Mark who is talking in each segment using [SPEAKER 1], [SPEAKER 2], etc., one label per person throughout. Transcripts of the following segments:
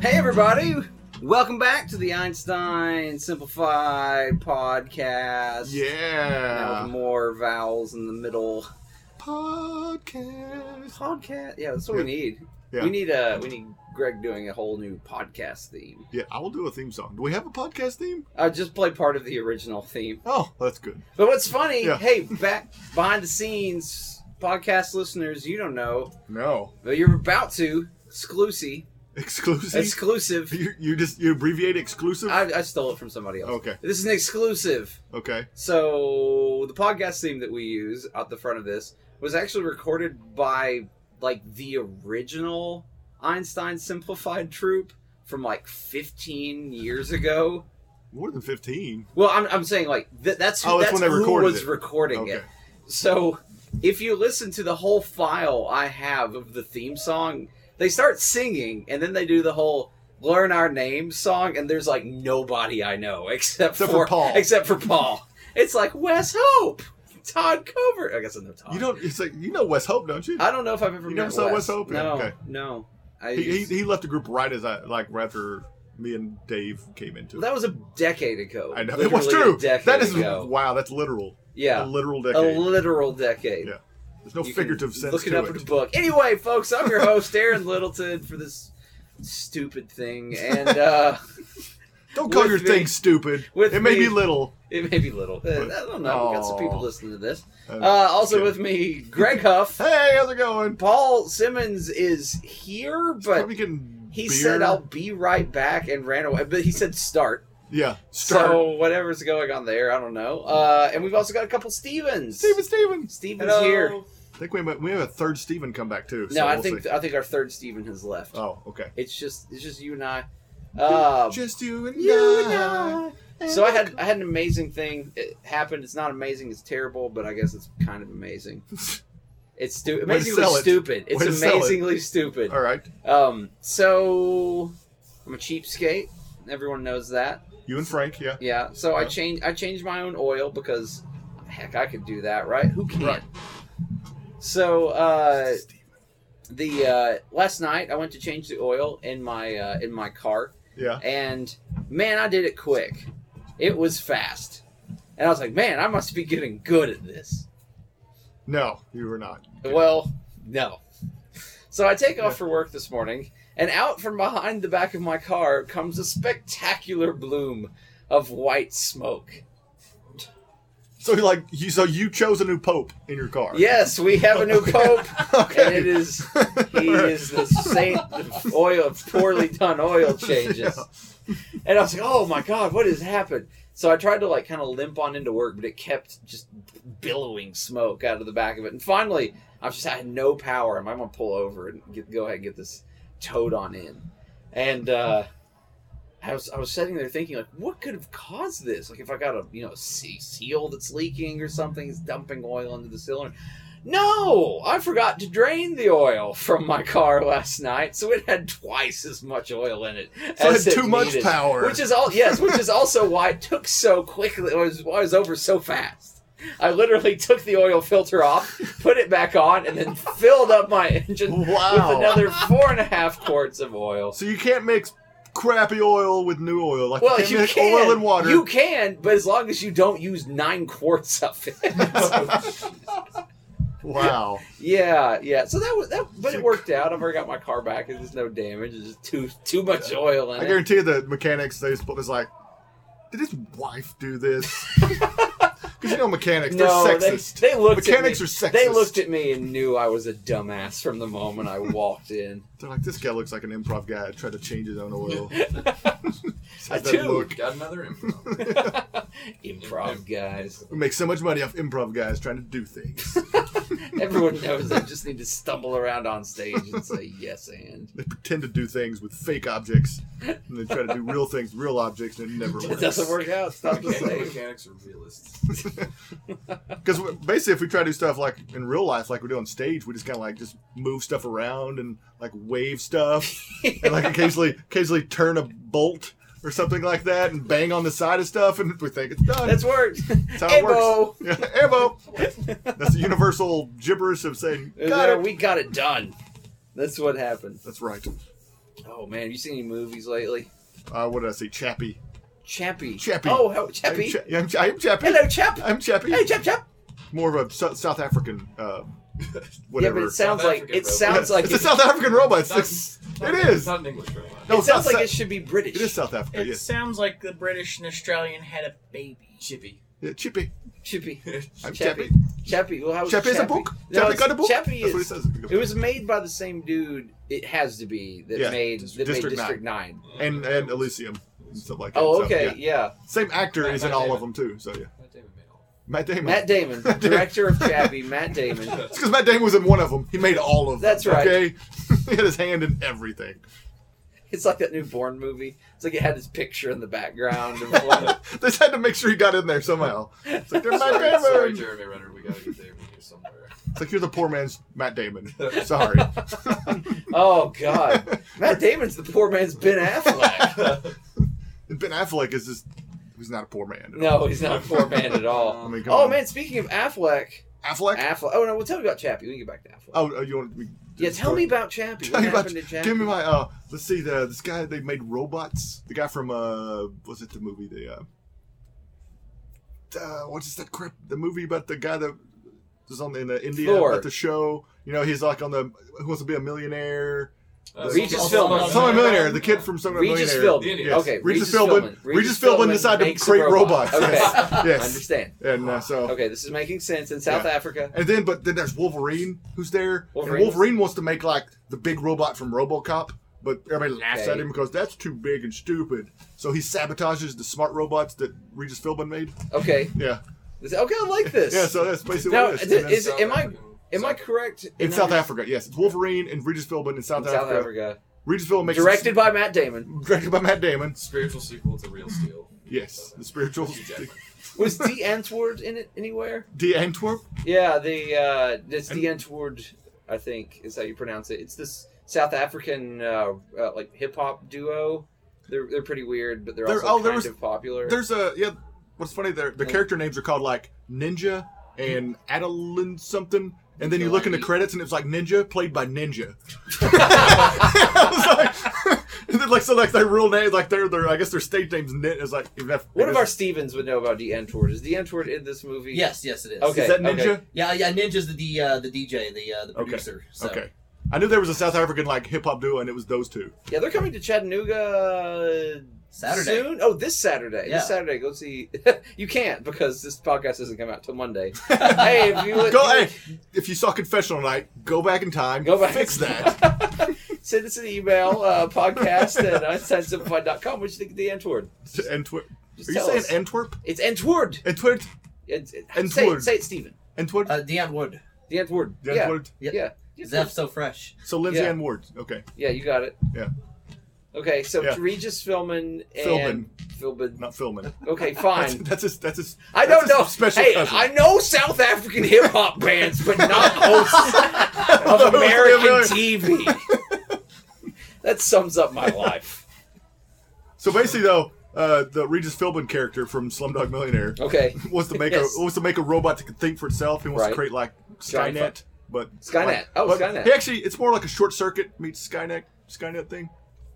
[SPEAKER 1] Hey, everybody! Welcome back to the Einstein Simplified podcast. Now
[SPEAKER 2] Yeah.
[SPEAKER 1] with more vowels in the middle.
[SPEAKER 2] Podcast.
[SPEAKER 1] Podcast. Yeah, that's what we need.
[SPEAKER 2] Yeah.
[SPEAKER 1] We need uh we need Greg doing a whole new podcast theme.
[SPEAKER 2] Yeah, I will do a theme song. Do we have a podcast theme?
[SPEAKER 1] Uh, just play part of the original theme.
[SPEAKER 2] Oh, that's good.
[SPEAKER 1] But what's funny,
[SPEAKER 2] Yeah.
[SPEAKER 1] hey, back behind the scenes, podcast listeners, you don't know,
[SPEAKER 2] No.
[SPEAKER 1] but you're about to exclusive,
[SPEAKER 2] Exclusive.
[SPEAKER 1] exclusive.
[SPEAKER 2] you, you just you abbreviate exclusive?
[SPEAKER 1] I, I stole it from somebody else.
[SPEAKER 2] okay.
[SPEAKER 1] This is an exclusive.
[SPEAKER 2] Okay.
[SPEAKER 1] So the podcast theme that we use out the front of this was actually recorded by like the original Einstein Simplified troupe from like 15 years ago.
[SPEAKER 2] More than 15.
[SPEAKER 1] Well, I'm, I'm saying like th- that's who,
[SPEAKER 2] Oh, that's
[SPEAKER 1] that's
[SPEAKER 2] when they
[SPEAKER 1] who
[SPEAKER 2] recorded
[SPEAKER 1] was
[SPEAKER 2] it.
[SPEAKER 1] recording
[SPEAKER 2] Okay.
[SPEAKER 1] it. So if you listen to the whole file I have of the theme song, they start singing and then they do the whole learn our name song and there's like nobody I know except,
[SPEAKER 2] Except
[SPEAKER 1] for,
[SPEAKER 2] for Paul.
[SPEAKER 1] Except for Paul. It's like Wes Hope, Todd Covert. I guess I know Todd.
[SPEAKER 2] You don't it's like you know Wes Hope, don't you?
[SPEAKER 1] I don't know if I've ever
[SPEAKER 2] You
[SPEAKER 1] met
[SPEAKER 2] never saw
[SPEAKER 1] Wes
[SPEAKER 2] Wes Hope?
[SPEAKER 1] No,
[SPEAKER 2] Okay.
[SPEAKER 1] no. I
[SPEAKER 2] he, he,
[SPEAKER 1] just-
[SPEAKER 2] he left the group right as I like right after me and Dave came into it.
[SPEAKER 1] that was a decade ago.
[SPEAKER 2] I know it was
[SPEAKER 1] Literally a
[SPEAKER 2] true.
[SPEAKER 1] decade
[SPEAKER 2] That is
[SPEAKER 1] ago.
[SPEAKER 2] wow, that's literal. A
[SPEAKER 1] yeah,
[SPEAKER 2] literal
[SPEAKER 1] a
[SPEAKER 2] decade.
[SPEAKER 1] literal decade.
[SPEAKER 2] Yeah. There's no
[SPEAKER 1] You can
[SPEAKER 2] figurative sense
[SPEAKER 1] Look it
[SPEAKER 2] to
[SPEAKER 1] up in a book. Anyway, folks, I'm your host, Aaron Littleton, for this stupid thing, and uh,
[SPEAKER 2] Don't call
[SPEAKER 1] With
[SPEAKER 2] your
[SPEAKER 1] me-
[SPEAKER 2] thing stupid.
[SPEAKER 1] with
[SPEAKER 2] it may
[SPEAKER 1] me-
[SPEAKER 2] be little.
[SPEAKER 1] it may be little. Uh, I don't know. We got some people
[SPEAKER 2] Aw.
[SPEAKER 1] listening to this.
[SPEAKER 2] Uh,
[SPEAKER 1] Uh, also
[SPEAKER 2] kidding.
[SPEAKER 1] with me, Greg Huff.
[SPEAKER 2] Hey, how's it going?
[SPEAKER 1] Paul Simmons is here, but
[SPEAKER 2] Probably getting
[SPEAKER 1] he
[SPEAKER 2] beer.
[SPEAKER 1] said I'll be right back and ran away. But he said start.
[SPEAKER 2] Yeah.
[SPEAKER 1] So whatever's going on there, I don't know. Uh, and we've also got a couple Stevens.
[SPEAKER 2] Steven Stevens.
[SPEAKER 1] Stevens here.
[SPEAKER 2] I think we have, we have a third Steven come back too. So
[SPEAKER 1] No, I
[SPEAKER 2] we'll
[SPEAKER 1] think
[SPEAKER 2] see.
[SPEAKER 1] I think our third Steven has left.
[SPEAKER 2] oh, okay.
[SPEAKER 1] It's just it's just you and I. Uh,
[SPEAKER 2] Just you and
[SPEAKER 1] You
[SPEAKER 2] I.
[SPEAKER 1] So I had I had an amazing thing. It happened. It's not amazing. It's terrible, but I guess it's kind of amazing. It's stu-
[SPEAKER 2] to
[SPEAKER 1] amazingly
[SPEAKER 2] sell it.
[SPEAKER 1] stupid.
[SPEAKER 2] Way to
[SPEAKER 1] It's
[SPEAKER 2] sell it.
[SPEAKER 1] amazingly stupid.
[SPEAKER 2] All right.
[SPEAKER 1] Um, so I'm a cheapskate. Everyone knows that.
[SPEAKER 2] You and Frank. Yeah.
[SPEAKER 1] Yeah. So I
[SPEAKER 2] Yeah.
[SPEAKER 1] change I changed my own oil because heck, I could do that, right? Who can?
[SPEAKER 2] Right.
[SPEAKER 1] So uh, the uh, last night I went to change the oil in my uh, in my car
[SPEAKER 2] Yeah.
[SPEAKER 1] and man, I did it quick. It was fast, and I was like, man, I must be getting good at this.
[SPEAKER 2] No, you were not.
[SPEAKER 1] Well, no. So I take off for work this morning, and out from behind the back of my car comes a spectacular bloom of white smoke.
[SPEAKER 2] So like you so you chose a new pope in your car.
[SPEAKER 1] Yes, we have a new pope,
[SPEAKER 2] Okay.
[SPEAKER 1] and it is he
[SPEAKER 2] All right.
[SPEAKER 1] is the saint of oil of poorly done oil changes. And I was like, oh my god, what has happened? So I tried to like kind of limp on into work, but it kept just billowing smoke out of the back of it. And finally, I just I had no power. I'm gonna pull over and get, go ahead and get this towed on in. And uh, I was I was sitting there thinking like, what could have caused this? Like if I got a you know a se- seal that's leaking or something, it's dumping oil into the cylinder. No, I forgot to drain the oil from my car last night, so it had twice as much oil in it.
[SPEAKER 2] So
[SPEAKER 1] as
[SPEAKER 2] it had too much
[SPEAKER 1] needed.
[SPEAKER 2] power.
[SPEAKER 1] Which is all yes, which is also why it took so quickly. It was why it was over so fast. I literally took the oil filter off, put it back on, and then filled up my engine with
[SPEAKER 2] Wow.
[SPEAKER 1] another four and a half quarts of oil.
[SPEAKER 2] so you can't mix crappy oil with new oil. Like
[SPEAKER 1] Well,
[SPEAKER 2] you can't
[SPEAKER 1] you
[SPEAKER 2] mix
[SPEAKER 1] can.
[SPEAKER 2] oil and water.
[SPEAKER 1] You can, but as long as you don't use nine quarts of it.
[SPEAKER 2] wow.
[SPEAKER 1] yeah, yeah. So that was that, but
[SPEAKER 2] So-
[SPEAKER 1] it worked out. I've already got my car back. and There's no damage. It's just too too much oil in
[SPEAKER 2] I
[SPEAKER 1] it.
[SPEAKER 2] guarantee the mechanics they split is like, did his wife do this? Because you know mechanics, they're
[SPEAKER 1] no, they,
[SPEAKER 2] sexist.
[SPEAKER 1] they looked
[SPEAKER 2] mechanics
[SPEAKER 1] at me.
[SPEAKER 2] are sexist.
[SPEAKER 1] They looked at me and knew I was a dumbass from the moment I walked in.
[SPEAKER 2] They're like, this guy looks like an improv guy. Tried to change his own oil.
[SPEAKER 1] I
[SPEAKER 2] Has that
[SPEAKER 1] do.
[SPEAKER 2] look.
[SPEAKER 3] Got another improv.
[SPEAKER 1] Improv guys.
[SPEAKER 2] We make so much money off improv guys trying to do things.
[SPEAKER 1] Everyone knows they just need to stumble around on stage and say yes and.
[SPEAKER 2] they pretend to do things with fake objects, and they try to do real things, with real objects, and it never works.
[SPEAKER 1] It doesn't work out. It's not the
[SPEAKER 3] Mechanical
[SPEAKER 1] same.
[SPEAKER 3] mechanics are realists.
[SPEAKER 2] Because basically, if we try to do stuff like in real life, like we do on stage, we just kind of like just move stuff around and like wave stuff, and like occasionally, occasionally turn a bolt or something like that, and bang on the side of stuff, and we think it's done.
[SPEAKER 1] That's worked.
[SPEAKER 2] That's how it
[SPEAKER 1] Ebo.
[SPEAKER 2] works. Yeah, Ebo. That's the universal gibberish of saying,
[SPEAKER 1] Is
[SPEAKER 2] "Got
[SPEAKER 1] there-
[SPEAKER 2] it."
[SPEAKER 1] We got it done. That's what happened.
[SPEAKER 2] That's right.
[SPEAKER 1] Oh man, have you seen any movies lately?
[SPEAKER 2] Uh, what did I say? Chappie.
[SPEAKER 1] Chappie.
[SPEAKER 2] Chappie.
[SPEAKER 1] Oh, how, Chappie.
[SPEAKER 2] I'm, Cha- I'm, Cha- I'm Chappie.
[SPEAKER 1] Hello, Chap.
[SPEAKER 2] I'm Chappie.
[SPEAKER 1] Hey, Chap, Chap.
[SPEAKER 2] More of a Sou- South African, uh, whatever.
[SPEAKER 1] Yeah, but it sounds
[SPEAKER 3] South
[SPEAKER 1] like
[SPEAKER 3] African
[SPEAKER 1] it
[SPEAKER 3] robot.
[SPEAKER 2] Yeah,
[SPEAKER 1] sounds like
[SPEAKER 2] it's
[SPEAKER 1] it,
[SPEAKER 2] a South African robot. It's, it's-
[SPEAKER 3] Not-
[SPEAKER 2] it is.
[SPEAKER 3] Not an English robot.
[SPEAKER 2] no,
[SPEAKER 1] it sounds
[SPEAKER 2] South-
[SPEAKER 1] like it should be British.
[SPEAKER 2] it is South Africa.
[SPEAKER 4] It
[SPEAKER 2] yes.
[SPEAKER 4] sounds like the British and Australian had a baby.
[SPEAKER 3] Chippy.
[SPEAKER 2] Yeah, Chippy.
[SPEAKER 1] Chappie.
[SPEAKER 2] I'm
[SPEAKER 1] Chappie.
[SPEAKER 2] Chappie.
[SPEAKER 1] Chappie. Well, how
[SPEAKER 2] Chappie is a book. Chappie
[SPEAKER 1] Oh, it's-
[SPEAKER 2] got a book.
[SPEAKER 1] Chappie
[SPEAKER 2] That's what he
[SPEAKER 1] is-
[SPEAKER 2] says.
[SPEAKER 1] It was made by the same dude. It has to be that
[SPEAKER 2] Yeah,
[SPEAKER 1] made that
[SPEAKER 2] District
[SPEAKER 1] made District Nine.
[SPEAKER 2] And and Elysium and stuff like that.
[SPEAKER 1] Oh,
[SPEAKER 2] So,
[SPEAKER 1] okay, yeah.
[SPEAKER 2] yeah. Same actor
[SPEAKER 3] Matt-
[SPEAKER 2] is in
[SPEAKER 3] Matt
[SPEAKER 2] all of them too. So yeah,
[SPEAKER 3] Matt Damon made all
[SPEAKER 2] Matt Damon.
[SPEAKER 1] Matt Damon, director of Chappie. Matt Damon.
[SPEAKER 3] of them.
[SPEAKER 2] It's because Matt Damon was in one of them. He made all of them.
[SPEAKER 1] That's right.
[SPEAKER 2] Okay, he had his hand in everything.
[SPEAKER 1] It's like that new Bourne movie. It's like it had his picture in the background. And blah.
[SPEAKER 2] They just had to make sure he got in there somehow. It's like, they're Matt
[SPEAKER 3] sorry,
[SPEAKER 2] Damon.
[SPEAKER 3] sorry, Jeremy Renner. We gotta get Damon here somewhere.
[SPEAKER 2] It's like you're the poor man's Matt Damon. Sorry.
[SPEAKER 1] oh God, Matt Damon's the poor man's Ben Affleck.
[SPEAKER 2] ben Affleck is just. He's not a poor man. at all.
[SPEAKER 1] No, he's not a poor man at all.
[SPEAKER 2] I mean, Um, come
[SPEAKER 1] Oh
[SPEAKER 2] on.
[SPEAKER 1] man, speaking of Affleck,
[SPEAKER 2] Affleck.
[SPEAKER 1] Affleck. Oh no, well tell me about Chappie. We can get back to Affleck.
[SPEAKER 2] oh, oh, you want? Me,
[SPEAKER 1] yeah, tell me about Chappie.
[SPEAKER 2] Tell
[SPEAKER 1] What
[SPEAKER 2] you about.
[SPEAKER 1] happened to Chappie?
[SPEAKER 2] Give me my. Uh, let's see. The this guy they made robots. The guy from uh, was it the movie the uh, uh what is that crap? The movie about the guy that was on the, in uh, India
[SPEAKER 1] Thor.
[SPEAKER 2] about the show. You know, he's like on the Who Wants to Be a Millionaire.
[SPEAKER 3] Uh,
[SPEAKER 1] Regis
[SPEAKER 3] Someone-
[SPEAKER 1] Philbin.
[SPEAKER 2] Someone- Someone Millionaire. The kid from Someone
[SPEAKER 1] Regis
[SPEAKER 2] Millionaire.
[SPEAKER 1] Philbin.
[SPEAKER 3] The idiot.
[SPEAKER 2] Yes.
[SPEAKER 1] Okay,
[SPEAKER 2] Regis Philbin. Regis Philbin decided to
[SPEAKER 1] makes a
[SPEAKER 2] create
[SPEAKER 1] robot.
[SPEAKER 2] robots. Yes.
[SPEAKER 1] Okay,
[SPEAKER 2] Yes.
[SPEAKER 1] I understand.
[SPEAKER 2] And uh, so.
[SPEAKER 1] Okay, this is making sense in South
[SPEAKER 2] Yeah.
[SPEAKER 1] Africa.
[SPEAKER 2] And then, but then there's Wolverine, who's there.
[SPEAKER 1] Wolverine
[SPEAKER 2] and Wolverine wants to make like the big robot from RoboCop, but everybody laughs
[SPEAKER 1] Okay.
[SPEAKER 2] at him because that's too big and stupid. So he sabotages the smart robots that Regis Philbin made.
[SPEAKER 1] Okay,
[SPEAKER 2] Yeah,
[SPEAKER 1] This- okay, I like this.
[SPEAKER 2] yeah. So that's basically
[SPEAKER 1] Now,
[SPEAKER 2] what it is.
[SPEAKER 1] th-
[SPEAKER 2] And that's-
[SPEAKER 1] is am I
[SPEAKER 3] African-
[SPEAKER 1] am I
[SPEAKER 3] South-
[SPEAKER 1] correct
[SPEAKER 2] in
[SPEAKER 1] in
[SPEAKER 2] South
[SPEAKER 1] under-
[SPEAKER 2] Africa, yes, it's Wolverine and Regis Philbin in South,
[SPEAKER 1] in South
[SPEAKER 2] Africa.
[SPEAKER 1] Africa,
[SPEAKER 2] Regis Philbin makes
[SPEAKER 1] directed by Matt Damon?
[SPEAKER 2] directed by Matt Damon.
[SPEAKER 3] Spiritual sequel to Real Steel.
[SPEAKER 2] Yes, the spiritual
[SPEAKER 3] Hugh Jackman.
[SPEAKER 1] Was D. Antwoord in it anywhere?
[SPEAKER 2] D Antwerp.
[SPEAKER 1] Yeah, the uh, this D. Antwoord, I think is how you pronounce it. It's this South African uh, uh, like hip hop duo. They're they're pretty weird, but they're,
[SPEAKER 2] There-
[SPEAKER 1] also
[SPEAKER 2] oh,
[SPEAKER 1] kind
[SPEAKER 2] there was-
[SPEAKER 1] of popular.
[SPEAKER 2] There's a yeah. What's funny? Their the character names are called like Ninja and Adeline something, and then you look in the credits and it's like Ninja played by Ninja. I was like, and then like so like their real name like their their I guess their stage names Nin is like even if-
[SPEAKER 1] One of our Stevens would know about D. Antwoord. Is D. Antwoord in this movie?
[SPEAKER 5] Yes, yes, it is.
[SPEAKER 1] Okay.
[SPEAKER 2] is that Ninja?
[SPEAKER 5] Yeah, yeah. Ninja's the D, uh, the DJ, the uh, the
[SPEAKER 2] Okay.
[SPEAKER 5] producer. So.
[SPEAKER 2] Okay. I knew there was a South African like hip hop duo and it was those two.
[SPEAKER 1] Yeah, they're coming to Chattanooga uh,
[SPEAKER 5] Saturday.
[SPEAKER 1] soon. Oh, this Saturday.
[SPEAKER 5] Yeah.
[SPEAKER 1] This Saturday, go see. you can't because this podcast doesn't come out till Monday. hey, if you would-
[SPEAKER 2] Go hey, if you saw Confessional night, go back in time,
[SPEAKER 1] Go back.
[SPEAKER 2] fix that.
[SPEAKER 1] send us an email, uh, podcast at unsensified.com. What you think of the Antwoord?
[SPEAKER 2] Antwerp.
[SPEAKER 1] Just
[SPEAKER 2] Are you
[SPEAKER 1] tell
[SPEAKER 2] saying
[SPEAKER 1] us.
[SPEAKER 2] Antwerp?
[SPEAKER 1] it's Antwoord.
[SPEAKER 2] Antwerp?
[SPEAKER 1] It's, it, Say it,
[SPEAKER 2] Antwoord.
[SPEAKER 1] say it, Stephen.
[SPEAKER 2] Antwerp?
[SPEAKER 5] Uh, Dionne Wood.
[SPEAKER 1] The Antwoord.
[SPEAKER 2] The
[SPEAKER 1] yeah.
[SPEAKER 2] Antwerp?
[SPEAKER 5] Yep.
[SPEAKER 1] Yeah.
[SPEAKER 5] Zeph, so fresh.
[SPEAKER 2] So Lindsay
[SPEAKER 1] Yeah.
[SPEAKER 2] Ann Ward. Okay.
[SPEAKER 1] Yeah, you got it.
[SPEAKER 2] Yeah.
[SPEAKER 1] Okay, so
[SPEAKER 2] Yeah.
[SPEAKER 1] it's Regis Philman and Philbin.
[SPEAKER 2] Not filming.
[SPEAKER 1] Okay,
[SPEAKER 2] That's,
[SPEAKER 1] fine.
[SPEAKER 2] that's his. That's his.
[SPEAKER 1] I
[SPEAKER 2] that's
[SPEAKER 1] don't
[SPEAKER 2] his
[SPEAKER 1] know.
[SPEAKER 2] Special
[SPEAKER 1] hey,
[SPEAKER 2] cousin.
[SPEAKER 1] I know South African hip hop bands, but not hosts of
[SPEAKER 2] don't know who they are.
[SPEAKER 1] American TV. that sums up my life.
[SPEAKER 2] So basically, though, uh, the Regis Philbin character from Slumdog Millionaire
[SPEAKER 1] Okay,
[SPEAKER 2] wants to make
[SPEAKER 1] Yes.
[SPEAKER 2] a wants to make a robot that can think for itself. He wants
[SPEAKER 1] Right.
[SPEAKER 2] to create like
[SPEAKER 1] Giant
[SPEAKER 2] Skynet, but
[SPEAKER 1] Skynet.
[SPEAKER 2] like-
[SPEAKER 1] Oh,
[SPEAKER 2] but
[SPEAKER 1] Skynet.
[SPEAKER 2] He actually, it's more like a short circuit meets Skynet. Skynet thing.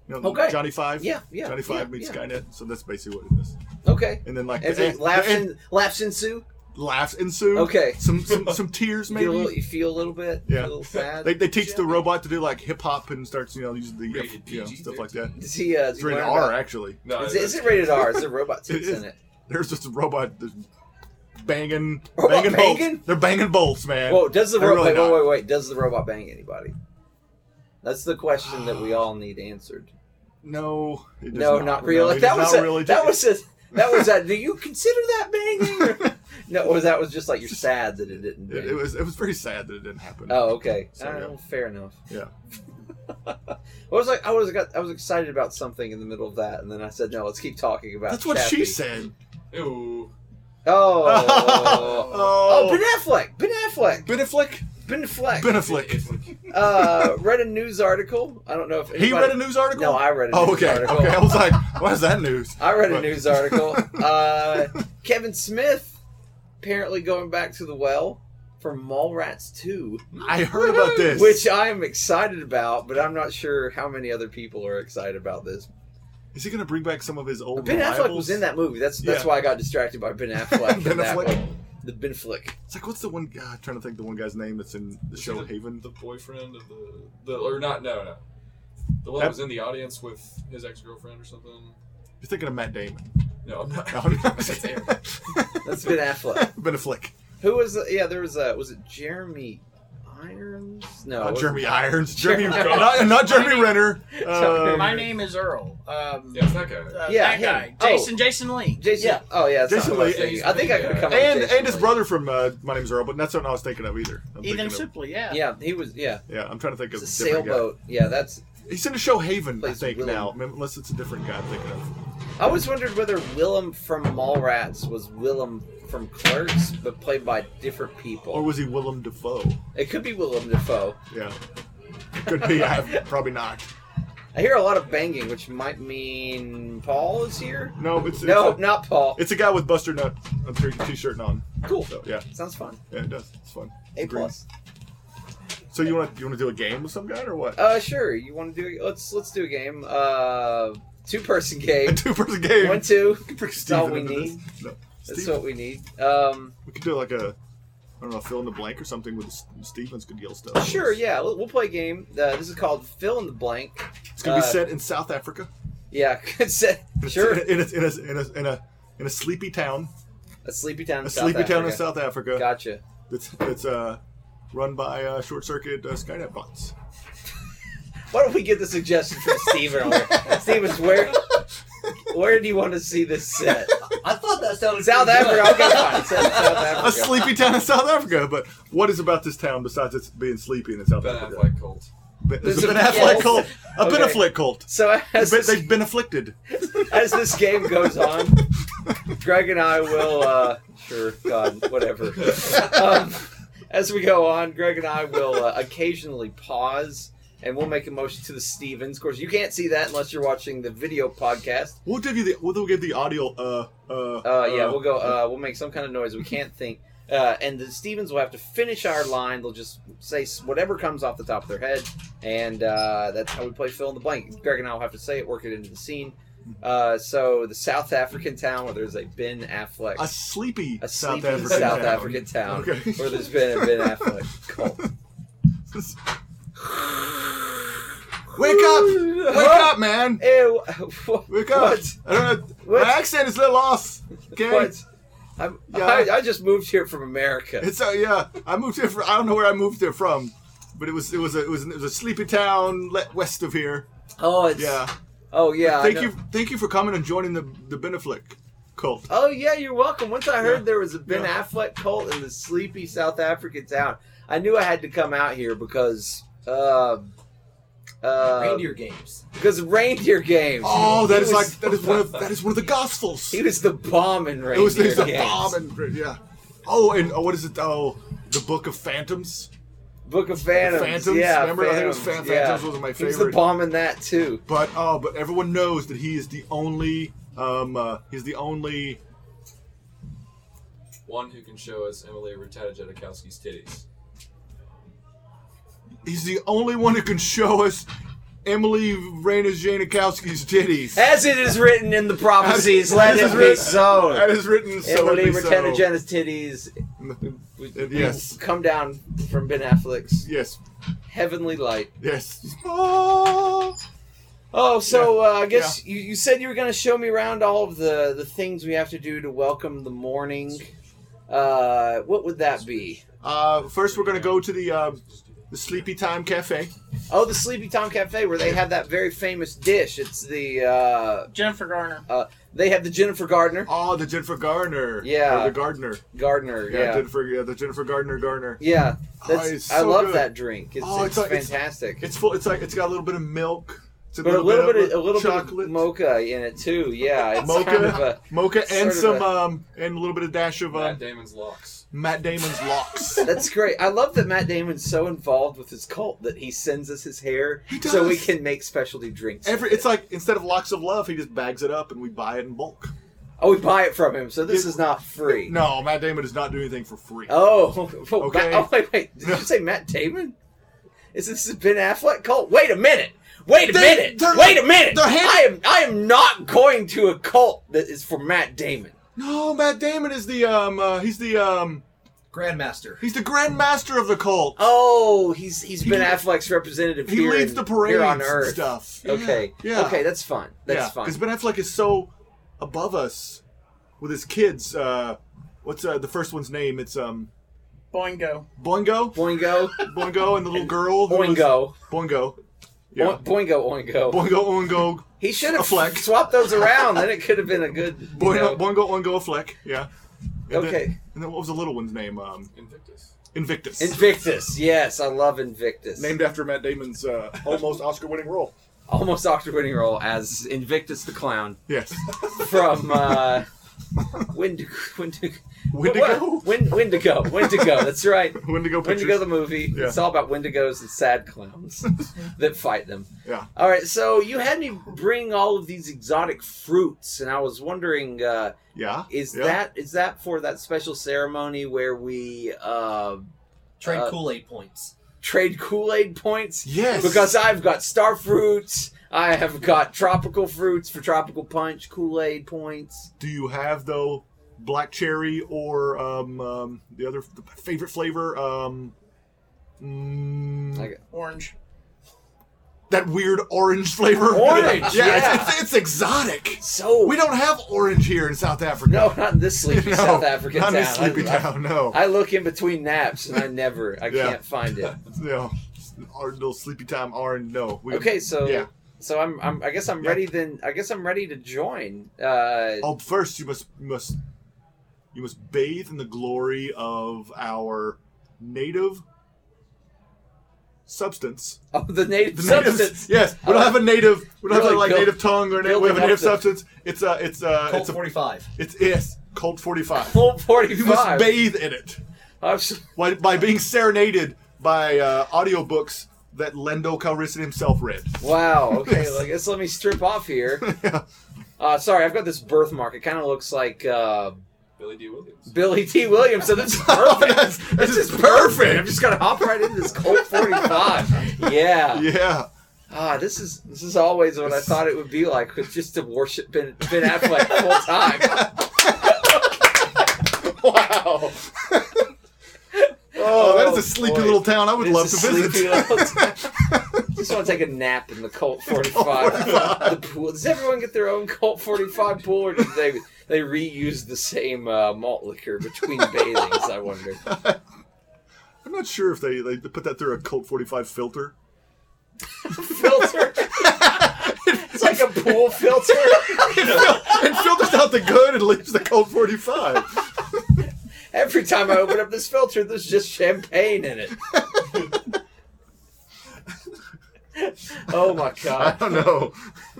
[SPEAKER 2] You know,
[SPEAKER 1] Okay.
[SPEAKER 2] Johnny Five.
[SPEAKER 1] Yeah, yeah,
[SPEAKER 2] Johnny Five
[SPEAKER 1] yeah,
[SPEAKER 2] meets
[SPEAKER 1] yeah.
[SPEAKER 2] Skynet. So that's basically what it is.
[SPEAKER 1] okay.
[SPEAKER 2] And then like
[SPEAKER 1] As
[SPEAKER 2] the
[SPEAKER 1] it
[SPEAKER 2] an-
[SPEAKER 1] laughs
[SPEAKER 2] the an-
[SPEAKER 1] and laughs ensue.
[SPEAKER 2] laughs ensue.
[SPEAKER 1] Okay.
[SPEAKER 2] Some some some tears
[SPEAKER 1] You,
[SPEAKER 2] maybe.
[SPEAKER 1] feel a little, you feel a little bit.
[SPEAKER 2] Yeah.
[SPEAKER 1] A little sad.
[SPEAKER 2] They, they teach the robot to do like hip hop and starts you know using the
[SPEAKER 3] Rated
[SPEAKER 2] you know,
[SPEAKER 3] PG-13.
[SPEAKER 2] stuff like that.
[SPEAKER 1] Is he? Uh, is
[SPEAKER 2] It's
[SPEAKER 1] he
[SPEAKER 2] rated
[SPEAKER 1] learning
[SPEAKER 2] R
[SPEAKER 1] about-
[SPEAKER 2] actually.
[SPEAKER 3] No,
[SPEAKER 1] Is, it- is it rated R? Is there robot
[SPEAKER 2] It
[SPEAKER 1] tits in
[SPEAKER 2] is.
[SPEAKER 1] it?
[SPEAKER 2] There's just a robot that's banging,
[SPEAKER 1] Robot
[SPEAKER 2] banging,
[SPEAKER 1] banging?
[SPEAKER 2] bolts. They're banging bolts, man.
[SPEAKER 1] Whoa! Does the
[SPEAKER 2] They're
[SPEAKER 1] robot?
[SPEAKER 2] really
[SPEAKER 1] wait, wait,
[SPEAKER 2] not.
[SPEAKER 1] wait, wait! Does the robot bang anybody? That's the question that we all need answered.
[SPEAKER 2] No, it does
[SPEAKER 1] No, not, really.
[SPEAKER 2] No, it
[SPEAKER 1] that,
[SPEAKER 2] does
[SPEAKER 1] was
[SPEAKER 2] not
[SPEAKER 1] a,
[SPEAKER 2] really.
[SPEAKER 1] that was a, that was a. Do you consider that banging? no, or that was just like you're sad that it didn't.
[SPEAKER 2] It,
[SPEAKER 1] Bang.
[SPEAKER 2] it was. It was very sad that it didn't happen.
[SPEAKER 1] Oh, okay.
[SPEAKER 2] So, yeah.
[SPEAKER 1] Oh, fair enough.
[SPEAKER 2] Yeah.
[SPEAKER 1] I was like, I was got, I was excited about something in the middle of that, and then I said, "No, let's keep talking about."
[SPEAKER 2] that's what she
[SPEAKER 1] Chappie."
[SPEAKER 2] said.
[SPEAKER 3] Ew.
[SPEAKER 1] Oh. Oh, Ben Affleck, Ben Affleck,
[SPEAKER 2] Ben Affleck.
[SPEAKER 1] Ben Affleck.
[SPEAKER 2] Ben Affleck.
[SPEAKER 1] uh, read a news article. I don't know if
[SPEAKER 2] He
[SPEAKER 1] anybody-
[SPEAKER 2] read a news article.
[SPEAKER 1] No, I read a news
[SPEAKER 2] oh, okay.
[SPEAKER 1] article.
[SPEAKER 2] Okay, I was like, why is that news?
[SPEAKER 1] I read a
[SPEAKER 2] But-
[SPEAKER 1] news article. Uh, Kevin Smith apparently going back to the well. for Mallrats 2,
[SPEAKER 2] I heard about this.
[SPEAKER 1] which uh, I'm excited about, but I'm not sure how many other people are excited about this.
[SPEAKER 2] is he going to bring back some of his old?
[SPEAKER 1] ben Affleck
[SPEAKER 2] rivals?
[SPEAKER 1] was in that movie. That's that's
[SPEAKER 2] Yeah.
[SPEAKER 1] why I got distracted by Ben Affleck.
[SPEAKER 2] Ben
[SPEAKER 1] in that
[SPEAKER 2] Affleck.
[SPEAKER 1] one. The Ben Flick.
[SPEAKER 2] It's like what's the one? ah, I'm trying to think the one guy's name that's in the
[SPEAKER 3] Is
[SPEAKER 2] show
[SPEAKER 3] it
[SPEAKER 2] Haven.
[SPEAKER 3] The boyfriend of the, the or not? No, no. The one that was in the audience with his ex girlfriend or something.
[SPEAKER 2] You're thinking of Matt Damon.
[SPEAKER 3] No, I'm not.
[SPEAKER 2] No, I'm not.
[SPEAKER 3] That's him.
[SPEAKER 1] That's Ben Affleck.
[SPEAKER 2] Been a flick.
[SPEAKER 1] Who was? The, yeah, there was a. Was it Jeremy Irons? No, it
[SPEAKER 2] Not
[SPEAKER 1] wasn't-
[SPEAKER 2] Uh, Jeremy Irons. Jeremy,
[SPEAKER 1] Jeremy-
[SPEAKER 2] not, not Jeremy Renner.
[SPEAKER 1] Sorry.
[SPEAKER 2] Um,
[SPEAKER 4] My name is Earl. Um,
[SPEAKER 3] Yeah, it's that guy.
[SPEAKER 4] uh,
[SPEAKER 1] Yeah,
[SPEAKER 4] that guy.
[SPEAKER 1] him. Oh.
[SPEAKER 4] Jason. Jason Lee.
[SPEAKER 1] Jason.
[SPEAKER 5] Yeah.
[SPEAKER 1] Oh yeah, it's
[SPEAKER 2] Jason
[SPEAKER 1] not what I was
[SPEAKER 2] Lee.
[SPEAKER 1] thinking. I think I could have come. up with
[SPEAKER 2] and
[SPEAKER 1] Jason
[SPEAKER 2] and his
[SPEAKER 1] Lee.
[SPEAKER 2] brother from uh, My Name's Earl, but that's not what I was thinking of either. I'm
[SPEAKER 4] Ethan
[SPEAKER 2] thinking of-
[SPEAKER 4] Suplee. Yeah.
[SPEAKER 1] Yeah, he was. Yeah,
[SPEAKER 2] yeah, I'm trying to think of
[SPEAKER 1] it's a
[SPEAKER 2] a different guy.
[SPEAKER 1] sailboat. Yeah, that's.
[SPEAKER 2] He's in the show Haven, I
[SPEAKER 1] Plays
[SPEAKER 2] think
[SPEAKER 1] Willem.
[SPEAKER 2] now. Maybe- Unless it's a different guy I'm thinking of.
[SPEAKER 1] I always wondered whether Willem from Mallrats was Willem from Clerks, but played by different people.
[SPEAKER 2] Or was he Willem Dafoe?
[SPEAKER 1] it could be Willem Dafoe.
[SPEAKER 2] Yeah, could be. I probably not.
[SPEAKER 1] I hear a lot of banging, which might mean Paul is here.
[SPEAKER 2] No, it's, it's
[SPEAKER 1] No,
[SPEAKER 2] a,
[SPEAKER 1] not Paul.
[SPEAKER 2] it's a guy with Buster Nut on t-shirt on.
[SPEAKER 1] Cool.
[SPEAKER 2] So yeah,
[SPEAKER 1] Sounds fun.
[SPEAKER 2] yeah, it does. It's fun.
[SPEAKER 1] A
[SPEAKER 2] Agreed.
[SPEAKER 1] plus.
[SPEAKER 2] So you want to you want to do a game with some guy or what?
[SPEAKER 1] Uh, sure. You want to do? Let's let's do a game. Uh, two person
[SPEAKER 2] a
[SPEAKER 1] game.
[SPEAKER 2] two person game.
[SPEAKER 1] One two.
[SPEAKER 2] We could bring
[SPEAKER 1] all
[SPEAKER 2] Steven
[SPEAKER 1] we
[SPEAKER 2] into this.
[SPEAKER 1] need.
[SPEAKER 2] No,
[SPEAKER 1] That's
[SPEAKER 2] Steven-
[SPEAKER 1] what we need. Um,
[SPEAKER 2] we could do like a I don't know fill in the blank or something with the, Stevens could yell stuff.
[SPEAKER 1] sure. Yeah, we'll, we'll play a game. Uh, this is called fill in the blank.
[SPEAKER 2] It's gonna
[SPEAKER 1] Uh,
[SPEAKER 2] be set in South Africa.
[SPEAKER 1] Yeah. it's a-
[SPEAKER 2] It's
[SPEAKER 1] sure.
[SPEAKER 2] In a in a in a in a, in a sleepy town,
[SPEAKER 1] A sleepy town. In
[SPEAKER 2] a
[SPEAKER 1] South
[SPEAKER 2] sleepy town in
[SPEAKER 1] Africa.
[SPEAKER 2] South Africa.
[SPEAKER 1] Gotcha.
[SPEAKER 2] That's that's uh run by uh, short circuit uh, Skynet bots.
[SPEAKER 1] Why don't we get the suggestion from Steven? Where- Steven, where where do you want to see this set?
[SPEAKER 5] I thought that sounded
[SPEAKER 1] South
[SPEAKER 5] pretty
[SPEAKER 1] Africa.
[SPEAKER 5] good.
[SPEAKER 1] Okay, fine. Set in South
[SPEAKER 2] A
[SPEAKER 1] Africa.
[SPEAKER 2] sleepy town in South Africa, but what is about this town besides it's being sleepy in South
[SPEAKER 3] Ben
[SPEAKER 2] Africa?
[SPEAKER 3] Affleck cult.
[SPEAKER 2] Ben- There's,
[SPEAKER 1] There's
[SPEAKER 2] a
[SPEAKER 1] a
[SPEAKER 2] Ben Affleck
[SPEAKER 1] cult.
[SPEAKER 2] cult. A Ben
[SPEAKER 1] Okay.
[SPEAKER 2] Affleck cult.
[SPEAKER 1] So as
[SPEAKER 2] They- They've been afflicted.
[SPEAKER 1] as this game goes on, Greg and I will, uh, sure, God, whatever. Um, as we go on, Greg and I will uh, occasionally pause and we'll make a motion to the Stevens. Of course, you can't see that unless you're watching the video podcast.
[SPEAKER 2] We'll give you the we'll give the audio uh uh
[SPEAKER 1] Uh, yeah, we'll go, uh, we'll make some kind of noise. We can't think. Uh, and the Stevens will have to finish our line. They'll just say s- whatever comes off the top of their head. And uh, that's how we play fill in the blank. Greg and I will have to say it, work it into the scene. Uh, so the South African town where there's a Ben Affleck
[SPEAKER 2] a sleepy
[SPEAKER 1] a
[SPEAKER 2] South
[SPEAKER 1] sleepy
[SPEAKER 2] African
[SPEAKER 1] South
[SPEAKER 2] town.
[SPEAKER 1] African town
[SPEAKER 2] Okay.
[SPEAKER 1] where there's been a Ben Affleck cult.
[SPEAKER 2] Wake up! Wake
[SPEAKER 1] Oh,
[SPEAKER 2] up, man!
[SPEAKER 1] Ew. What?
[SPEAKER 2] Wake up!
[SPEAKER 1] What?
[SPEAKER 2] I don't know.
[SPEAKER 1] What?
[SPEAKER 2] My accent is a little off. Okay.
[SPEAKER 1] What? I'm,
[SPEAKER 2] Yeah.
[SPEAKER 1] I, I just moved here from America.
[SPEAKER 2] It's uh, yeah. I moved here. From, I don't know where I moved there from, but it was it was a, it was it was a sleepy town le- west of here.
[SPEAKER 1] Oh, it's
[SPEAKER 2] Yeah.
[SPEAKER 1] Oh yeah. I
[SPEAKER 2] thank
[SPEAKER 1] know.
[SPEAKER 2] you thank you for coming and joining the the Beneflick cult.
[SPEAKER 1] Oh yeah, you're welcome. Once I heard
[SPEAKER 2] Yeah.
[SPEAKER 1] there was a Ben
[SPEAKER 2] Yeah.
[SPEAKER 1] Affleck cult in the sleepy South African town, I knew I had to come out here because uh, uh,
[SPEAKER 5] Reindeer games.
[SPEAKER 1] because of reindeer games.
[SPEAKER 2] Oh,
[SPEAKER 1] He
[SPEAKER 2] that is
[SPEAKER 1] was-
[SPEAKER 2] like that is one of that is one of the gospels.
[SPEAKER 1] he was the bomb in
[SPEAKER 2] It
[SPEAKER 1] reindeer
[SPEAKER 2] was, it was a
[SPEAKER 1] games.
[SPEAKER 2] bomb and yeah. Oh, and oh, what is it? Oh, the Book of Phantoms.
[SPEAKER 1] Book of Phantoms.
[SPEAKER 2] Phantoms,
[SPEAKER 1] Yeah,
[SPEAKER 2] remember? I think it was Phan- Phantoms was my
[SPEAKER 1] He was the
[SPEAKER 2] favorite.
[SPEAKER 1] bomb in that too.
[SPEAKER 2] But oh, but everyone knows that he is the only. Um, uh, he's the only.
[SPEAKER 3] One who can show us Emily Ratajkowski's titties.
[SPEAKER 2] He's the only one who can show us Emily Raina Janikowski's titties.
[SPEAKER 1] As it is written in the prophecies,
[SPEAKER 2] As-
[SPEAKER 1] let
[SPEAKER 2] as
[SPEAKER 1] it
[SPEAKER 2] is
[SPEAKER 1] be
[SPEAKER 2] written- That
[SPEAKER 1] so.
[SPEAKER 2] is written so.
[SPEAKER 1] Emily
[SPEAKER 2] it'd be so.
[SPEAKER 1] Ratajkowski's titties. we-
[SPEAKER 2] And
[SPEAKER 1] we
[SPEAKER 2] yes.
[SPEAKER 1] Come down from Ben Affleck's
[SPEAKER 2] Yes,
[SPEAKER 1] heavenly light.
[SPEAKER 2] yes. Oh,
[SPEAKER 1] Oh, so uh, I guess you, you said you were going to show me around all of the, the things we have to do to welcome the morning. Uh, what would that be?
[SPEAKER 2] Uh, first, we're gonna go to the uh, the Sleepy Time Cafe.
[SPEAKER 1] Oh, the Sleepy Tom Cafe, where they have that very famous dish. It's the uh,
[SPEAKER 4] Jennifer Garner.
[SPEAKER 1] they have the Jennifer Gardner.
[SPEAKER 2] Oh, the Jennifer Garner.
[SPEAKER 1] Yeah.
[SPEAKER 2] Or the Gardener.
[SPEAKER 1] Gardner,
[SPEAKER 2] Yeah,
[SPEAKER 1] yeah.
[SPEAKER 2] Jennifer. Yeah, the Jennifer Gardner Garner.
[SPEAKER 1] Yeah, that's,
[SPEAKER 2] Oh, it's
[SPEAKER 1] I
[SPEAKER 2] so
[SPEAKER 1] love
[SPEAKER 2] good.
[SPEAKER 1] that drink. It's,
[SPEAKER 2] Oh,
[SPEAKER 1] it's,
[SPEAKER 2] it's like- it's-
[SPEAKER 1] fantastic.
[SPEAKER 2] It's full. It's like it's got a little bit of milk. It's a
[SPEAKER 1] but a little bit, of, a little bit
[SPEAKER 2] chocolate.
[SPEAKER 1] of mocha in it too. Yeah, it's
[SPEAKER 2] Mocha?
[SPEAKER 1] kind of a,
[SPEAKER 2] mocha and
[SPEAKER 1] sort
[SPEAKER 2] some
[SPEAKER 1] of
[SPEAKER 2] um and a little bit of dash of uh,
[SPEAKER 3] Matt Damon's locks.
[SPEAKER 2] Matt Damon's locks.
[SPEAKER 1] that's great. I love that Matt Damon's so involved with his cult that he sends us his hair
[SPEAKER 2] He
[SPEAKER 1] so we
[SPEAKER 2] does.
[SPEAKER 1] can make specialty drinks.
[SPEAKER 2] Every
[SPEAKER 1] with
[SPEAKER 2] it's like instead of locks of love, he just bags it up and we buy it in bulk.
[SPEAKER 1] it. Oh, we buy it from him, so this
[SPEAKER 2] Yeah.
[SPEAKER 1] is not free.
[SPEAKER 2] No, Matt Damon does not do anything for free.
[SPEAKER 1] Oh,
[SPEAKER 2] Okay.
[SPEAKER 1] oh wait, wait. Did
[SPEAKER 2] No.
[SPEAKER 1] you say Matt Damon? Is this a Ben Affleck cult? Wait a minute. Wait a
[SPEAKER 2] They-
[SPEAKER 1] minute.
[SPEAKER 2] they're-
[SPEAKER 1] Wait a minute.
[SPEAKER 2] they're hand-
[SPEAKER 1] I am I am not going to a cult that is for Matt Damon.
[SPEAKER 2] No, Matt Damon is the um uh, he's the um
[SPEAKER 5] Grandmaster.
[SPEAKER 2] he's the grandmaster of the cult.
[SPEAKER 1] Oh, he's he's
[SPEAKER 2] He-
[SPEAKER 1] Ben Affleck's representative
[SPEAKER 2] he
[SPEAKER 1] here
[SPEAKER 2] leads
[SPEAKER 1] in-
[SPEAKER 2] the parades
[SPEAKER 1] here on
[SPEAKER 2] and
[SPEAKER 1] Earth.
[SPEAKER 2] stuff.
[SPEAKER 1] Okay.
[SPEAKER 2] Yeah.
[SPEAKER 1] Okay, that's fine. That's
[SPEAKER 2] yeah,
[SPEAKER 1] fine.
[SPEAKER 2] Because Ben Affleck is so above us with his kids. Uh, what's uh, the first one's name? It's um
[SPEAKER 4] Boingo.
[SPEAKER 2] Boingo,
[SPEAKER 1] Boingo,
[SPEAKER 2] Boingo, and the little girl. who was-
[SPEAKER 1] Boingo,
[SPEAKER 2] Boingo.
[SPEAKER 1] yeah.
[SPEAKER 2] Yeah.
[SPEAKER 1] Boingo, Oingo.
[SPEAKER 2] Boingo, Oingo,
[SPEAKER 1] he should have
[SPEAKER 2] Affleck.
[SPEAKER 1] swapped those around. Then it could have been a good. you know-
[SPEAKER 2] Boingo, Boingo, Oingo, Fleck. Yeah. And
[SPEAKER 1] Okay.
[SPEAKER 2] Then, and then what was the little one's name? Um,
[SPEAKER 3] Invictus.
[SPEAKER 2] Invictus.
[SPEAKER 1] Invictus. Yes, I love Invictus.
[SPEAKER 2] Named after Matt Damon's uh, almost Oscar-winning role.
[SPEAKER 1] almost Oscar winning role as Invictus the Clown
[SPEAKER 2] Yes.
[SPEAKER 1] from uh, Wendigo. Wendigo.
[SPEAKER 2] Wendigo.
[SPEAKER 1] What? Win, Wendigo. Wendigo. That's right.
[SPEAKER 2] Wendigo Pictures.
[SPEAKER 1] Wendigo the movie.
[SPEAKER 2] Yeah.
[SPEAKER 1] It's all about Wendigos and sad clowns that fight them.
[SPEAKER 2] Yeah.
[SPEAKER 1] All right. So you had me bring all of these exotic fruits, and I was wondering, uh,
[SPEAKER 2] yeah.
[SPEAKER 1] is
[SPEAKER 2] Yeah.
[SPEAKER 1] that is that for that special ceremony where we uh,
[SPEAKER 5] Trade
[SPEAKER 1] Uh,
[SPEAKER 5] Kool Aid points.
[SPEAKER 1] trade Kool Aid points?
[SPEAKER 2] Yes.
[SPEAKER 1] because I've got star fruits. I have got tropical fruits for tropical punch, Kool Aid points.
[SPEAKER 2] do you have though black cherry or um, um the other the favorite flavor um mm,
[SPEAKER 1] I got-
[SPEAKER 4] Orange.
[SPEAKER 2] that weird orange flavor
[SPEAKER 1] Orange,
[SPEAKER 2] yeah,
[SPEAKER 1] yeah.
[SPEAKER 2] It's, it's, it's exotic
[SPEAKER 1] So
[SPEAKER 2] we don't have orange here in south africa
[SPEAKER 1] no, not in this sleepy
[SPEAKER 2] No,
[SPEAKER 1] South African
[SPEAKER 2] not
[SPEAKER 1] town.
[SPEAKER 2] in sleepy
[SPEAKER 1] I,
[SPEAKER 2] town no
[SPEAKER 1] I look in between naps and I never, I
[SPEAKER 2] Yeah.
[SPEAKER 1] can't find it.
[SPEAKER 2] no Or no sleepy time orange no we,
[SPEAKER 1] Okay, so
[SPEAKER 2] yeah
[SPEAKER 1] so I'm, I'm I guess I'm
[SPEAKER 2] Yeah.
[SPEAKER 1] ready then. I guess I'm ready to join. Uh,
[SPEAKER 2] oh first you must you must you must bathe in the glory of our native substance
[SPEAKER 1] oh, the native
[SPEAKER 2] The
[SPEAKER 1] substance.
[SPEAKER 2] Native, yes, we don't have a native. We don't
[SPEAKER 1] Really
[SPEAKER 2] have a, like
[SPEAKER 1] built-
[SPEAKER 2] native tongue or native,
[SPEAKER 1] building
[SPEAKER 2] we have a native
[SPEAKER 1] up the-
[SPEAKER 2] substance. It's a it's a
[SPEAKER 5] Colt
[SPEAKER 2] it's a
[SPEAKER 5] 45.
[SPEAKER 2] it's yes, Colt forty five.
[SPEAKER 1] Full
[SPEAKER 2] You must
[SPEAKER 1] forty-five.
[SPEAKER 2] bathe in it
[SPEAKER 1] I'm so-
[SPEAKER 2] by, by being serenaded by uh, audiobooks that Lendo Calrissian himself read.
[SPEAKER 1] Wow. Okay. I guess let me strip off here. Uh, sorry, I've got this birthmark. It kind of looks like uh,
[SPEAKER 3] Billy D. Williams.
[SPEAKER 1] Billy T. Williams. So this is perfect.
[SPEAKER 2] That's-
[SPEAKER 1] this is perfect. I'm just gonna hop right into this Colt 45. Yeah.
[SPEAKER 2] Yeah,
[SPEAKER 1] Ah, this is this is always what I thought it would be like, with just to worship Ben, ben Affleck full time. wow.
[SPEAKER 2] oh, that is a sleepy
[SPEAKER 1] boy.
[SPEAKER 2] little town. I would
[SPEAKER 1] This
[SPEAKER 2] love to
[SPEAKER 1] is
[SPEAKER 2] visit.
[SPEAKER 1] sleepy little town. just want to take a nap in the Colt 45. the pool. Does everyone get their own Colt 45 pool, or do they they reuse the same uh, malt liquor between bathings? I wonder.
[SPEAKER 2] I'm not sure if they they put that through a Colt forty five filter.
[SPEAKER 1] filter. it's like a pool filter.
[SPEAKER 2] It filters out the good and leaves the Colt forty five.
[SPEAKER 1] Every time I open up this filter, there's just champagne in it. oh my
[SPEAKER 2] I
[SPEAKER 1] god,
[SPEAKER 2] don't know.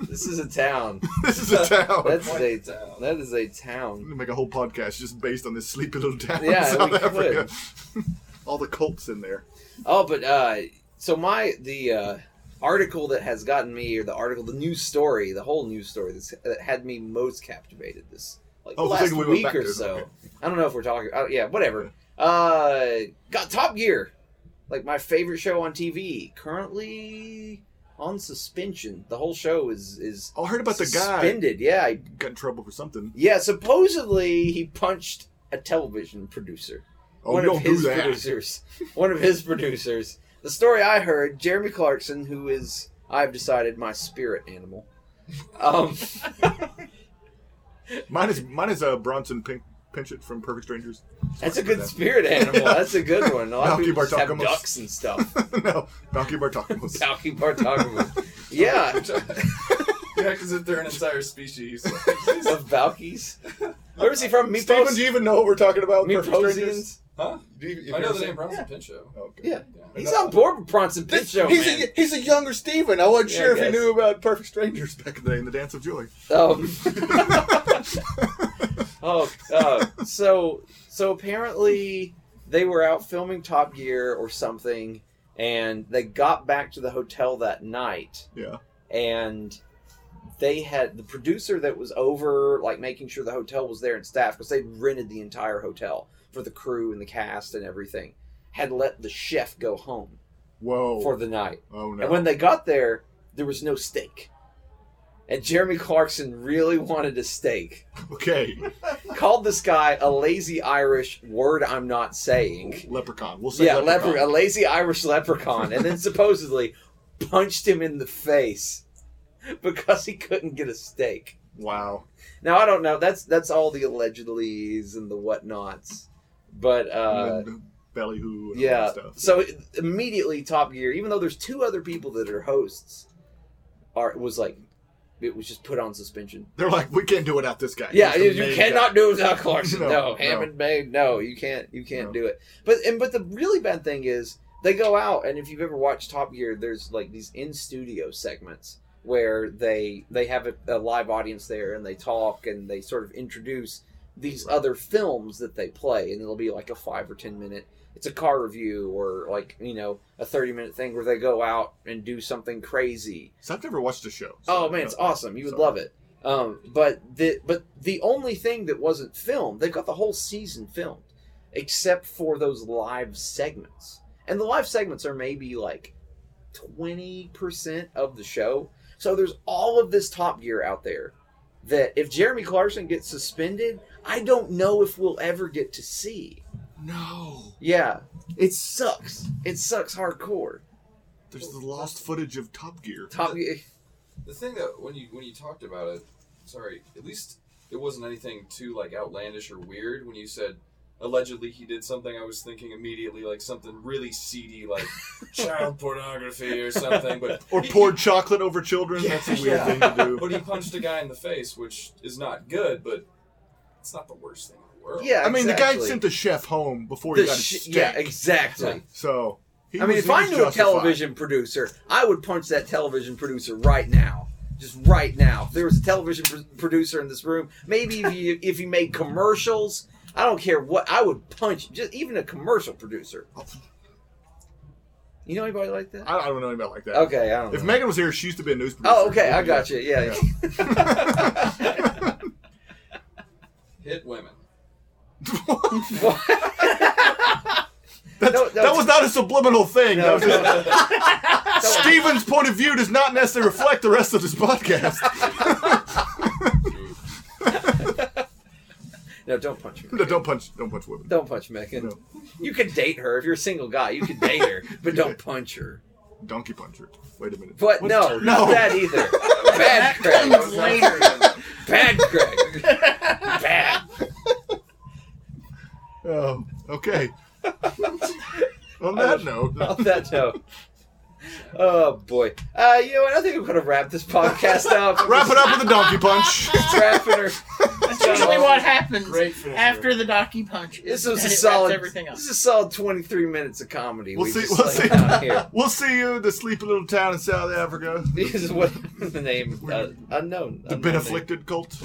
[SPEAKER 1] this is a town.
[SPEAKER 2] This is a town.
[SPEAKER 1] That's a that is a town.
[SPEAKER 2] We make a whole podcast just based on this sleepy little town
[SPEAKER 1] Yeah,
[SPEAKER 2] in South
[SPEAKER 1] we
[SPEAKER 2] Africa. All the cults in there.
[SPEAKER 1] Oh, but uh, so my the uh, article that has gotten me, or the article, the news story, the whole news story that's, that had me most captivated this like
[SPEAKER 2] Oh, the
[SPEAKER 1] last
[SPEAKER 2] thing we went
[SPEAKER 1] week
[SPEAKER 2] back
[SPEAKER 1] or
[SPEAKER 2] to,
[SPEAKER 1] so.
[SPEAKER 2] okay.
[SPEAKER 1] I don't know if we're talking. Uh, yeah, whatever. Uh, got Top Gear, like my favorite show on TV. Currently on suspension. The whole show is is
[SPEAKER 2] Oh, I heard about the guy
[SPEAKER 1] suspended. Yeah, I-
[SPEAKER 2] got in trouble for something.
[SPEAKER 1] yeah. Supposedly he punched a television producer
[SPEAKER 2] Oh,
[SPEAKER 1] one
[SPEAKER 2] you
[SPEAKER 1] of
[SPEAKER 2] don't
[SPEAKER 1] his
[SPEAKER 2] do that.
[SPEAKER 1] producers. One of his producers. The story I heard, Jeremy Clarkson, who is I've decided my spirit animal. Um,
[SPEAKER 2] Mine is mine is a Bronson pink, Pinchet from Perfect Strangers.
[SPEAKER 1] that's a good spirit animal. That's a good one. A lot of
[SPEAKER 2] Malky
[SPEAKER 1] people just have
[SPEAKER 2] Bartokamos.
[SPEAKER 1] ducks and stuff.
[SPEAKER 2] no, Malky Bartakos.
[SPEAKER 1] Malky Bartokamos. Yeah,
[SPEAKER 3] yeah, because if they're an entire species.
[SPEAKER 1] of Valkies. Where is he from?
[SPEAKER 2] Stephen, do
[SPEAKER 1] Meepos?
[SPEAKER 2] you even know what we're talking about? with Perfect Strangers.
[SPEAKER 1] Meeposians?
[SPEAKER 3] huh?
[SPEAKER 2] Do you, if
[SPEAKER 3] I know
[SPEAKER 2] you're
[SPEAKER 3] the
[SPEAKER 2] saying-
[SPEAKER 3] name Bronson Pinchot.
[SPEAKER 2] Oh, okay.
[SPEAKER 1] Yeah.
[SPEAKER 3] Yeah.
[SPEAKER 1] He's on board with Bronson
[SPEAKER 2] This-
[SPEAKER 1] Pinchot,
[SPEAKER 2] he's,
[SPEAKER 1] man.
[SPEAKER 2] a, he's a younger Steven. I wasn't
[SPEAKER 1] Yeah,
[SPEAKER 2] sure
[SPEAKER 1] I
[SPEAKER 2] if he
[SPEAKER 1] guess.
[SPEAKER 2] knew about Perfect Strangers back in the day in The Dance of Joy.
[SPEAKER 1] Um, oh, uh, so so apparently they were out filming Top Gear or something, and they got back to the hotel that night.
[SPEAKER 2] Yeah.
[SPEAKER 1] And they had the producer that was over like making sure the hotel was there and staff because they rented the entire hotel for the crew and the cast and everything had let the chef go home
[SPEAKER 2] Whoa.
[SPEAKER 1] for the night.
[SPEAKER 2] oh no.
[SPEAKER 1] And when they got there, there was no steak. And Jeremy Clarkson really wanted a steak.
[SPEAKER 2] okay.
[SPEAKER 1] Called this guy a lazy Irish word I'm not saying.
[SPEAKER 2] Leprechaun. We'll say
[SPEAKER 1] Yeah,
[SPEAKER 2] leprechaun.
[SPEAKER 1] leper, a lazy Irish leprechaun, and then supposedly punched him in the face because he couldn't get a steak.
[SPEAKER 2] wow.
[SPEAKER 1] Now I don't know. That's that's all the allegedlys and the whatnots, but uh,
[SPEAKER 2] And then belly who and
[SPEAKER 1] yeah.
[SPEAKER 2] all that stuff.
[SPEAKER 1] So it- immediately, Top Gear, even though there's two other people that are hosts, are was like it was just put on suspension.
[SPEAKER 2] They're like, we can't do without this guy.
[SPEAKER 1] Yeah,
[SPEAKER 2] He's
[SPEAKER 1] you,
[SPEAKER 2] the
[SPEAKER 1] you
[SPEAKER 2] main
[SPEAKER 1] cannot
[SPEAKER 2] guy.
[SPEAKER 1] do it without Clarkson.
[SPEAKER 2] No,
[SPEAKER 1] No,
[SPEAKER 2] no.
[SPEAKER 1] Hammond made. No, you can't. You can't
[SPEAKER 2] No.
[SPEAKER 1] do it. But and but the really bad thing is they go out and if you've ever watched Top Gear, there's like these in studio segments where they they have a, a live audience there and they talk and they sort of introduce these other films that they play and it'll be like a five or ten minute it's a car review or like you know a 30 minute thing where they go out and do something crazy
[SPEAKER 2] So I've never watched the show. so
[SPEAKER 1] Oh
[SPEAKER 2] I
[SPEAKER 1] man,
[SPEAKER 2] don't
[SPEAKER 1] it's
[SPEAKER 2] know.
[SPEAKER 1] awesome. You would
[SPEAKER 2] So-
[SPEAKER 1] love it. Um, but the but the only thing that wasn't filmed, they've got the whole season filmed, except for those live segments. And the live segments are maybe like twenty percent of the show. So there's all of this Top Gear out there that if Jeremy Clarkson gets suspended, I don't know if we'll ever get to see.
[SPEAKER 2] No.
[SPEAKER 1] Yeah, it sucks. It sucks hardcore.
[SPEAKER 2] There's the lost footage of Top Gear.
[SPEAKER 1] Top Gear.
[SPEAKER 3] The thing that when you when you talked about it, sorry, at least it wasn't anything too like outlandish or weird. When you said allegedly he did something, I was thinking immediately like something really seedy, like child pornography or something. But
[SPEAKER 2] Or
[SPEAKER 3] he-
[SPEAKER 2] poured chocolate over children.
[SPEAKER 3] Yeah,
[SPEAKER 2] That's a weird
[SPEAKER 3] yeah.
[SPEAKER 2] thing to do.
[SPEAKER 3] But he punched a guy in the face, which is not good, but it's not the worst thing in the world.
[SPEAKER 1] Yeah,
[SPEAKER 2] I mean, the guy
[SPEAKER 1] exactly.
[SPEAKER 2] sent the chef home before
[SPEAKER 1] The
[SPEAKER 2] he got his
[SPEAKER 1] shi-
[SPEAKER 2] steak.
[SPEAKER 1] yeah, exactly.
[SPEAKER 2] So he
[SPEAKER 1] I mean,
[SPEAKER 2] was-
[SPEAKER 1] if
[SPEAKER 2] he
[SPEAKER 1] I
[SPEAKER 2] was
[SPEAKER 1] knew a
[SPEAKER 2] justified.
[SPEAKER 1] television producer, I would punch that television producer right now. Just right now. If there was a television pr- producer in this room, maybe if you if you made commercials, I don't care what, I would punch just even a commercial producer. You know anybody like that?
[SPEAKER 2] I, I don't know anybody like that.
[SPEAKER 1] Okay, I don't
[SPEAKER 2] If
[SPEAKER 1] know.
[SPEAKER 2] Megan was here, she used to be a news producer.
[SPEAKER 1] Oh, okay, I got you. Yeah.
[SPEAKER 3] Hit women.
[SPEAKER 2] That's,
[SPEAKER 1] No, no,
[SPEAKER 2] that was not a subliminal thing.
[SPEAKER 1] No,
[SPEAKER 2] That was just-
[SPEAKER 1] no.
[SPEAKER 2] Steven's point of view does not necessarily reflect the rest of this podcast.
[SPEAKER 1] no, don't punch me.
[SPEAKER 2] No, don't punch, don't punch women.
[SPEAKER 1] Don't punch Megan.
[SPEAKER 2] No.
[SPEAKER 1] You can date her if you're a single guy. You can date her, but don't punch her.
[SPEAKER 2] Donkey puncher. Wait a minute.
[SPEAKER 1] But
[SPEAKER 2] What-
[SPEAKER 1] no, not
[SPEAKER 2] no.
[SPEAKER 1] that either. Bad Craig.
[SPEAKER 4] Comes later.
[SPEAKER 1] Bad Greg. Bad.
[SPEAKER 2] Oh, okay. On that note,
[SPEAKER 1] On that note. Oh boy. Uh, you know what? I think I'm gonna wrap this podcast up. I'm
[SPEAKER 2] wrap it up with a donkey punch.
[SPEAKER 1] just Wrapping her.
[SPEAKER 4] That's usually what happens
[SPEAKER 3] Great finisher.
[SPEAKER 4] after the docu punch.
[SPEAKER 1] This was
[SPEAKER 4] and
[SPEAKER 1] a
[SPEAKER 4] it wraps
[SPEAKER 1] solid.
[SPEAKER 4] everything up.
[SPEAKER 1] This is a solid 23 minutes of comedy.
[SPEAKER 2] We'll
[SPEAKER 1] we
[SPEAKER 2] see-
[SPEAKER 1] Just
[SPEAKER 2] we'll
[SPEAKER 1] laid
[SPEAKER 2] see.
[SPEAKER 1] down here.
[SPEAKER 2] We'll see you in the sleepy little town in South Africa.
[SPEAKER 1] This is what the name uh, unknown.
[SPEAKER 2] The
[SPEAKER 1] unknown
[SPEAKER 2] been
[SPEAKER 1] name.
[SPEAKER 2] afflicted cult.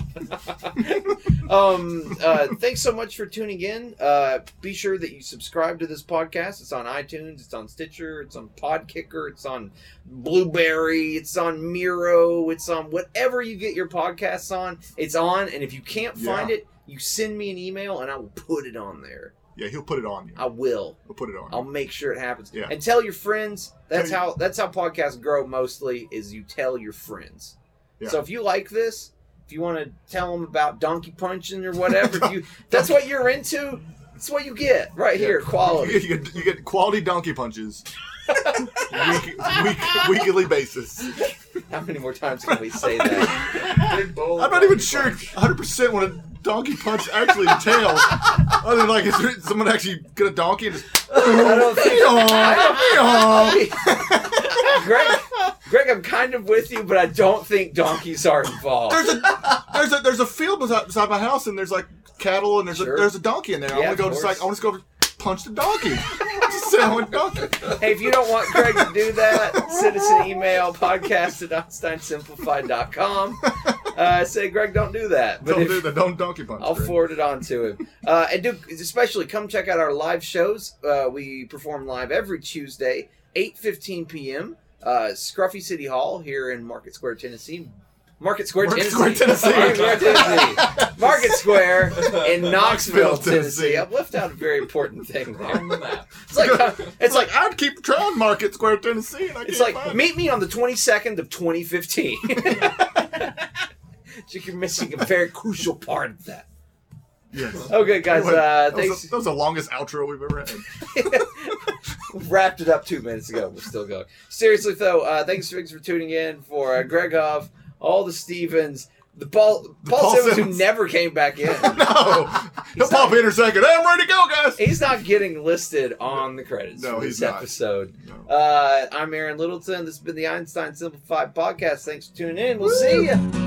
[SPEAKER 1] um, uh, thanks so much for tuning in. Uh, be sure that you subscribe to this podcast. It's on iTunes, it's on Stitcher, it's on Podkicker, it's on Blueberry, it's on Miro, it's on whatever you get your podcasts on. It's on, and if you can't find it, you send me an email and I will put it on there.
[SPEAKER 2] Yeah, he'll put it on you.
[SPEAKER 1] I will.
[SPEAKER 2] He'll put it on. you.
[SPEAKER 1] I'll make sure it happens.
[SPEAKER 2] Yeah.
[SPEAKER 1] And tell your friends. That's
[SPEAKER 2] Tell
[SPEAKER 1] how that's how podcasts grow mostly is you tell your friends.
[SPEAKER 2] Yeah.
[SPEAKER 1] So if you like this, if you want to tell them about donkey punching or whatever, if you that's what you're into, that's what you get right
[SPEAKER 2] Yeah.
[SPEAKER 1] here,
[SPEAKER 2] You,
[SPEAKER 1] quality.
[SPEAKER 2] get, you get quality donkey punches. week, week, weekly basis.
[SPEAKER 1] How many more times can we say that?
[SPEAKER 3] Big bowl of
[SPEAKER 2] I'm not even
[SPEAKER 3] donkey
[SPEAKER 2] sure
[SPEAKER 3] punch.
[SPEAKER 2] 100% what a donkey punch actually entails. Other than like, is there, someone actually get a donkey and just.
[SPEAKER 1] I don't think
[SPEAKER 2] Meow, meow.
[SPEAKER 1] Greg Greg, I'm kind of with you, but I don't think donkeys are involved.
[SPEAKER 2] There's a there's a there's a field beside, beside my house and there's like cattle and there's
[SPEAKER 1] Sure.
[SPEAKER 2] a there's a donkey in there. I
[SPEAKER 1] Yeah,
[SPEAKER 2] want
[SPEAKER 1] of
[SPEAKER 2] to go just
[SPEAKER 1] course.
[SPEAKER 2] like I want to go over and punch the donkey. just say I want donkey.
[SPEAKER 1] Hey, if you don't want Greg to do that, send us an email, podcast at einsteinsimplified.com. Uh, say, Greg, don't do that. But
[SPEAKER 2] Don't
[SPEAKER 1] if-
[SPEAKER 2] do that. Don't donkey punch.
[SPEAKER 1] I'll
[SPEAKER 2] Greg.
[SPEAKER 1] forward it on to him. Uh, and do, especially come check out our live shows. Uh, we perform live every Tuesday, 8.15 p.m., uh, Scruffy City Hall here in Market Square, Tennessee. Market Square,
[SPEAKER 2] Market
[SPEAKER 1] Tennessee.
[SPEAKER 2] Square, Tennessee.
[SPEAKER 1] Market Square, Tennessee. Market Square in Knoxville,
[SPEAKER 2] Knoxville,
[SPEAKER 1] Tennessee.
[SPEAKER 2] Tennessee.
[SPEAKER 1] I've left out a very important thing there.
[SPEAKER 3] on the map.
[SPEAKER 1] It's like it's like
[SPEAKER 2] I'd keep trying Market Square, Tennessee, and I
[SPEAKER 1] it's
[SPEAKER 2] can't
[SPEAKER 1] like
[SPEAKER 2] find
[SPEAKER 1] meet me on the 22nd of 2015. You're missing a very crucial part of that.
[SPEAKER 2] it. Yes.
[SPEAKER 1] Okay, guys.
[SPEAKER 2] Anyway,
[SPEAKER 1] Uh,
[SPEAKER 2] that, was
[SPEAKER 1] thanks.
[SPEAKER 2] the, that was the longest outro we've ever had.
[SPEAKER 1] wrapped it up two minutes ago. We're still going. Seriously though, uh, thanks Figs for tuning in for uh, Gregov, all the Stevens, the Paul Paul,
[SPEAKER 2] Paul
[SPEAKER 1] Simmons,
[SPEAKER 2] Simmons.
[SPEAKER 1] who never came back in.
[SPEAKER 2] no, he'll pop in in a second. Hey, I'm ready to go, guys.
[SPEAKER 1] He's not getting listed on the credits
[SPEAKER 2] No,
[SPEAKER 1] for
[SPEAKER 2] he's
[SPEAKER 1] this
[SPEAKER 2] not.
[SPEAKER 1] episode.
[SPEAKER 2] No.
[SPEAKER 1] Uh, I'm Aaron Littleton. This has been the Einstein Simplified Podcast. Thanks for tuning in. We'll see you.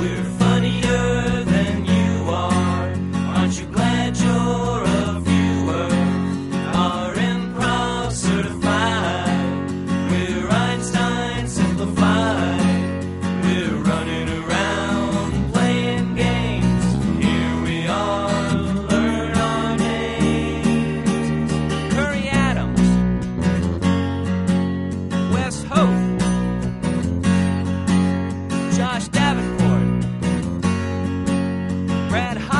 [SPEAKER 6] We're funnier than you are. Aren't you glad you're a viewer? Our improv certified. We're Einstein simplified. We're running around playing games. Here we are, learn our names. Curry Adams, Wes Hope. Josh Davenport, Brad Hopkins.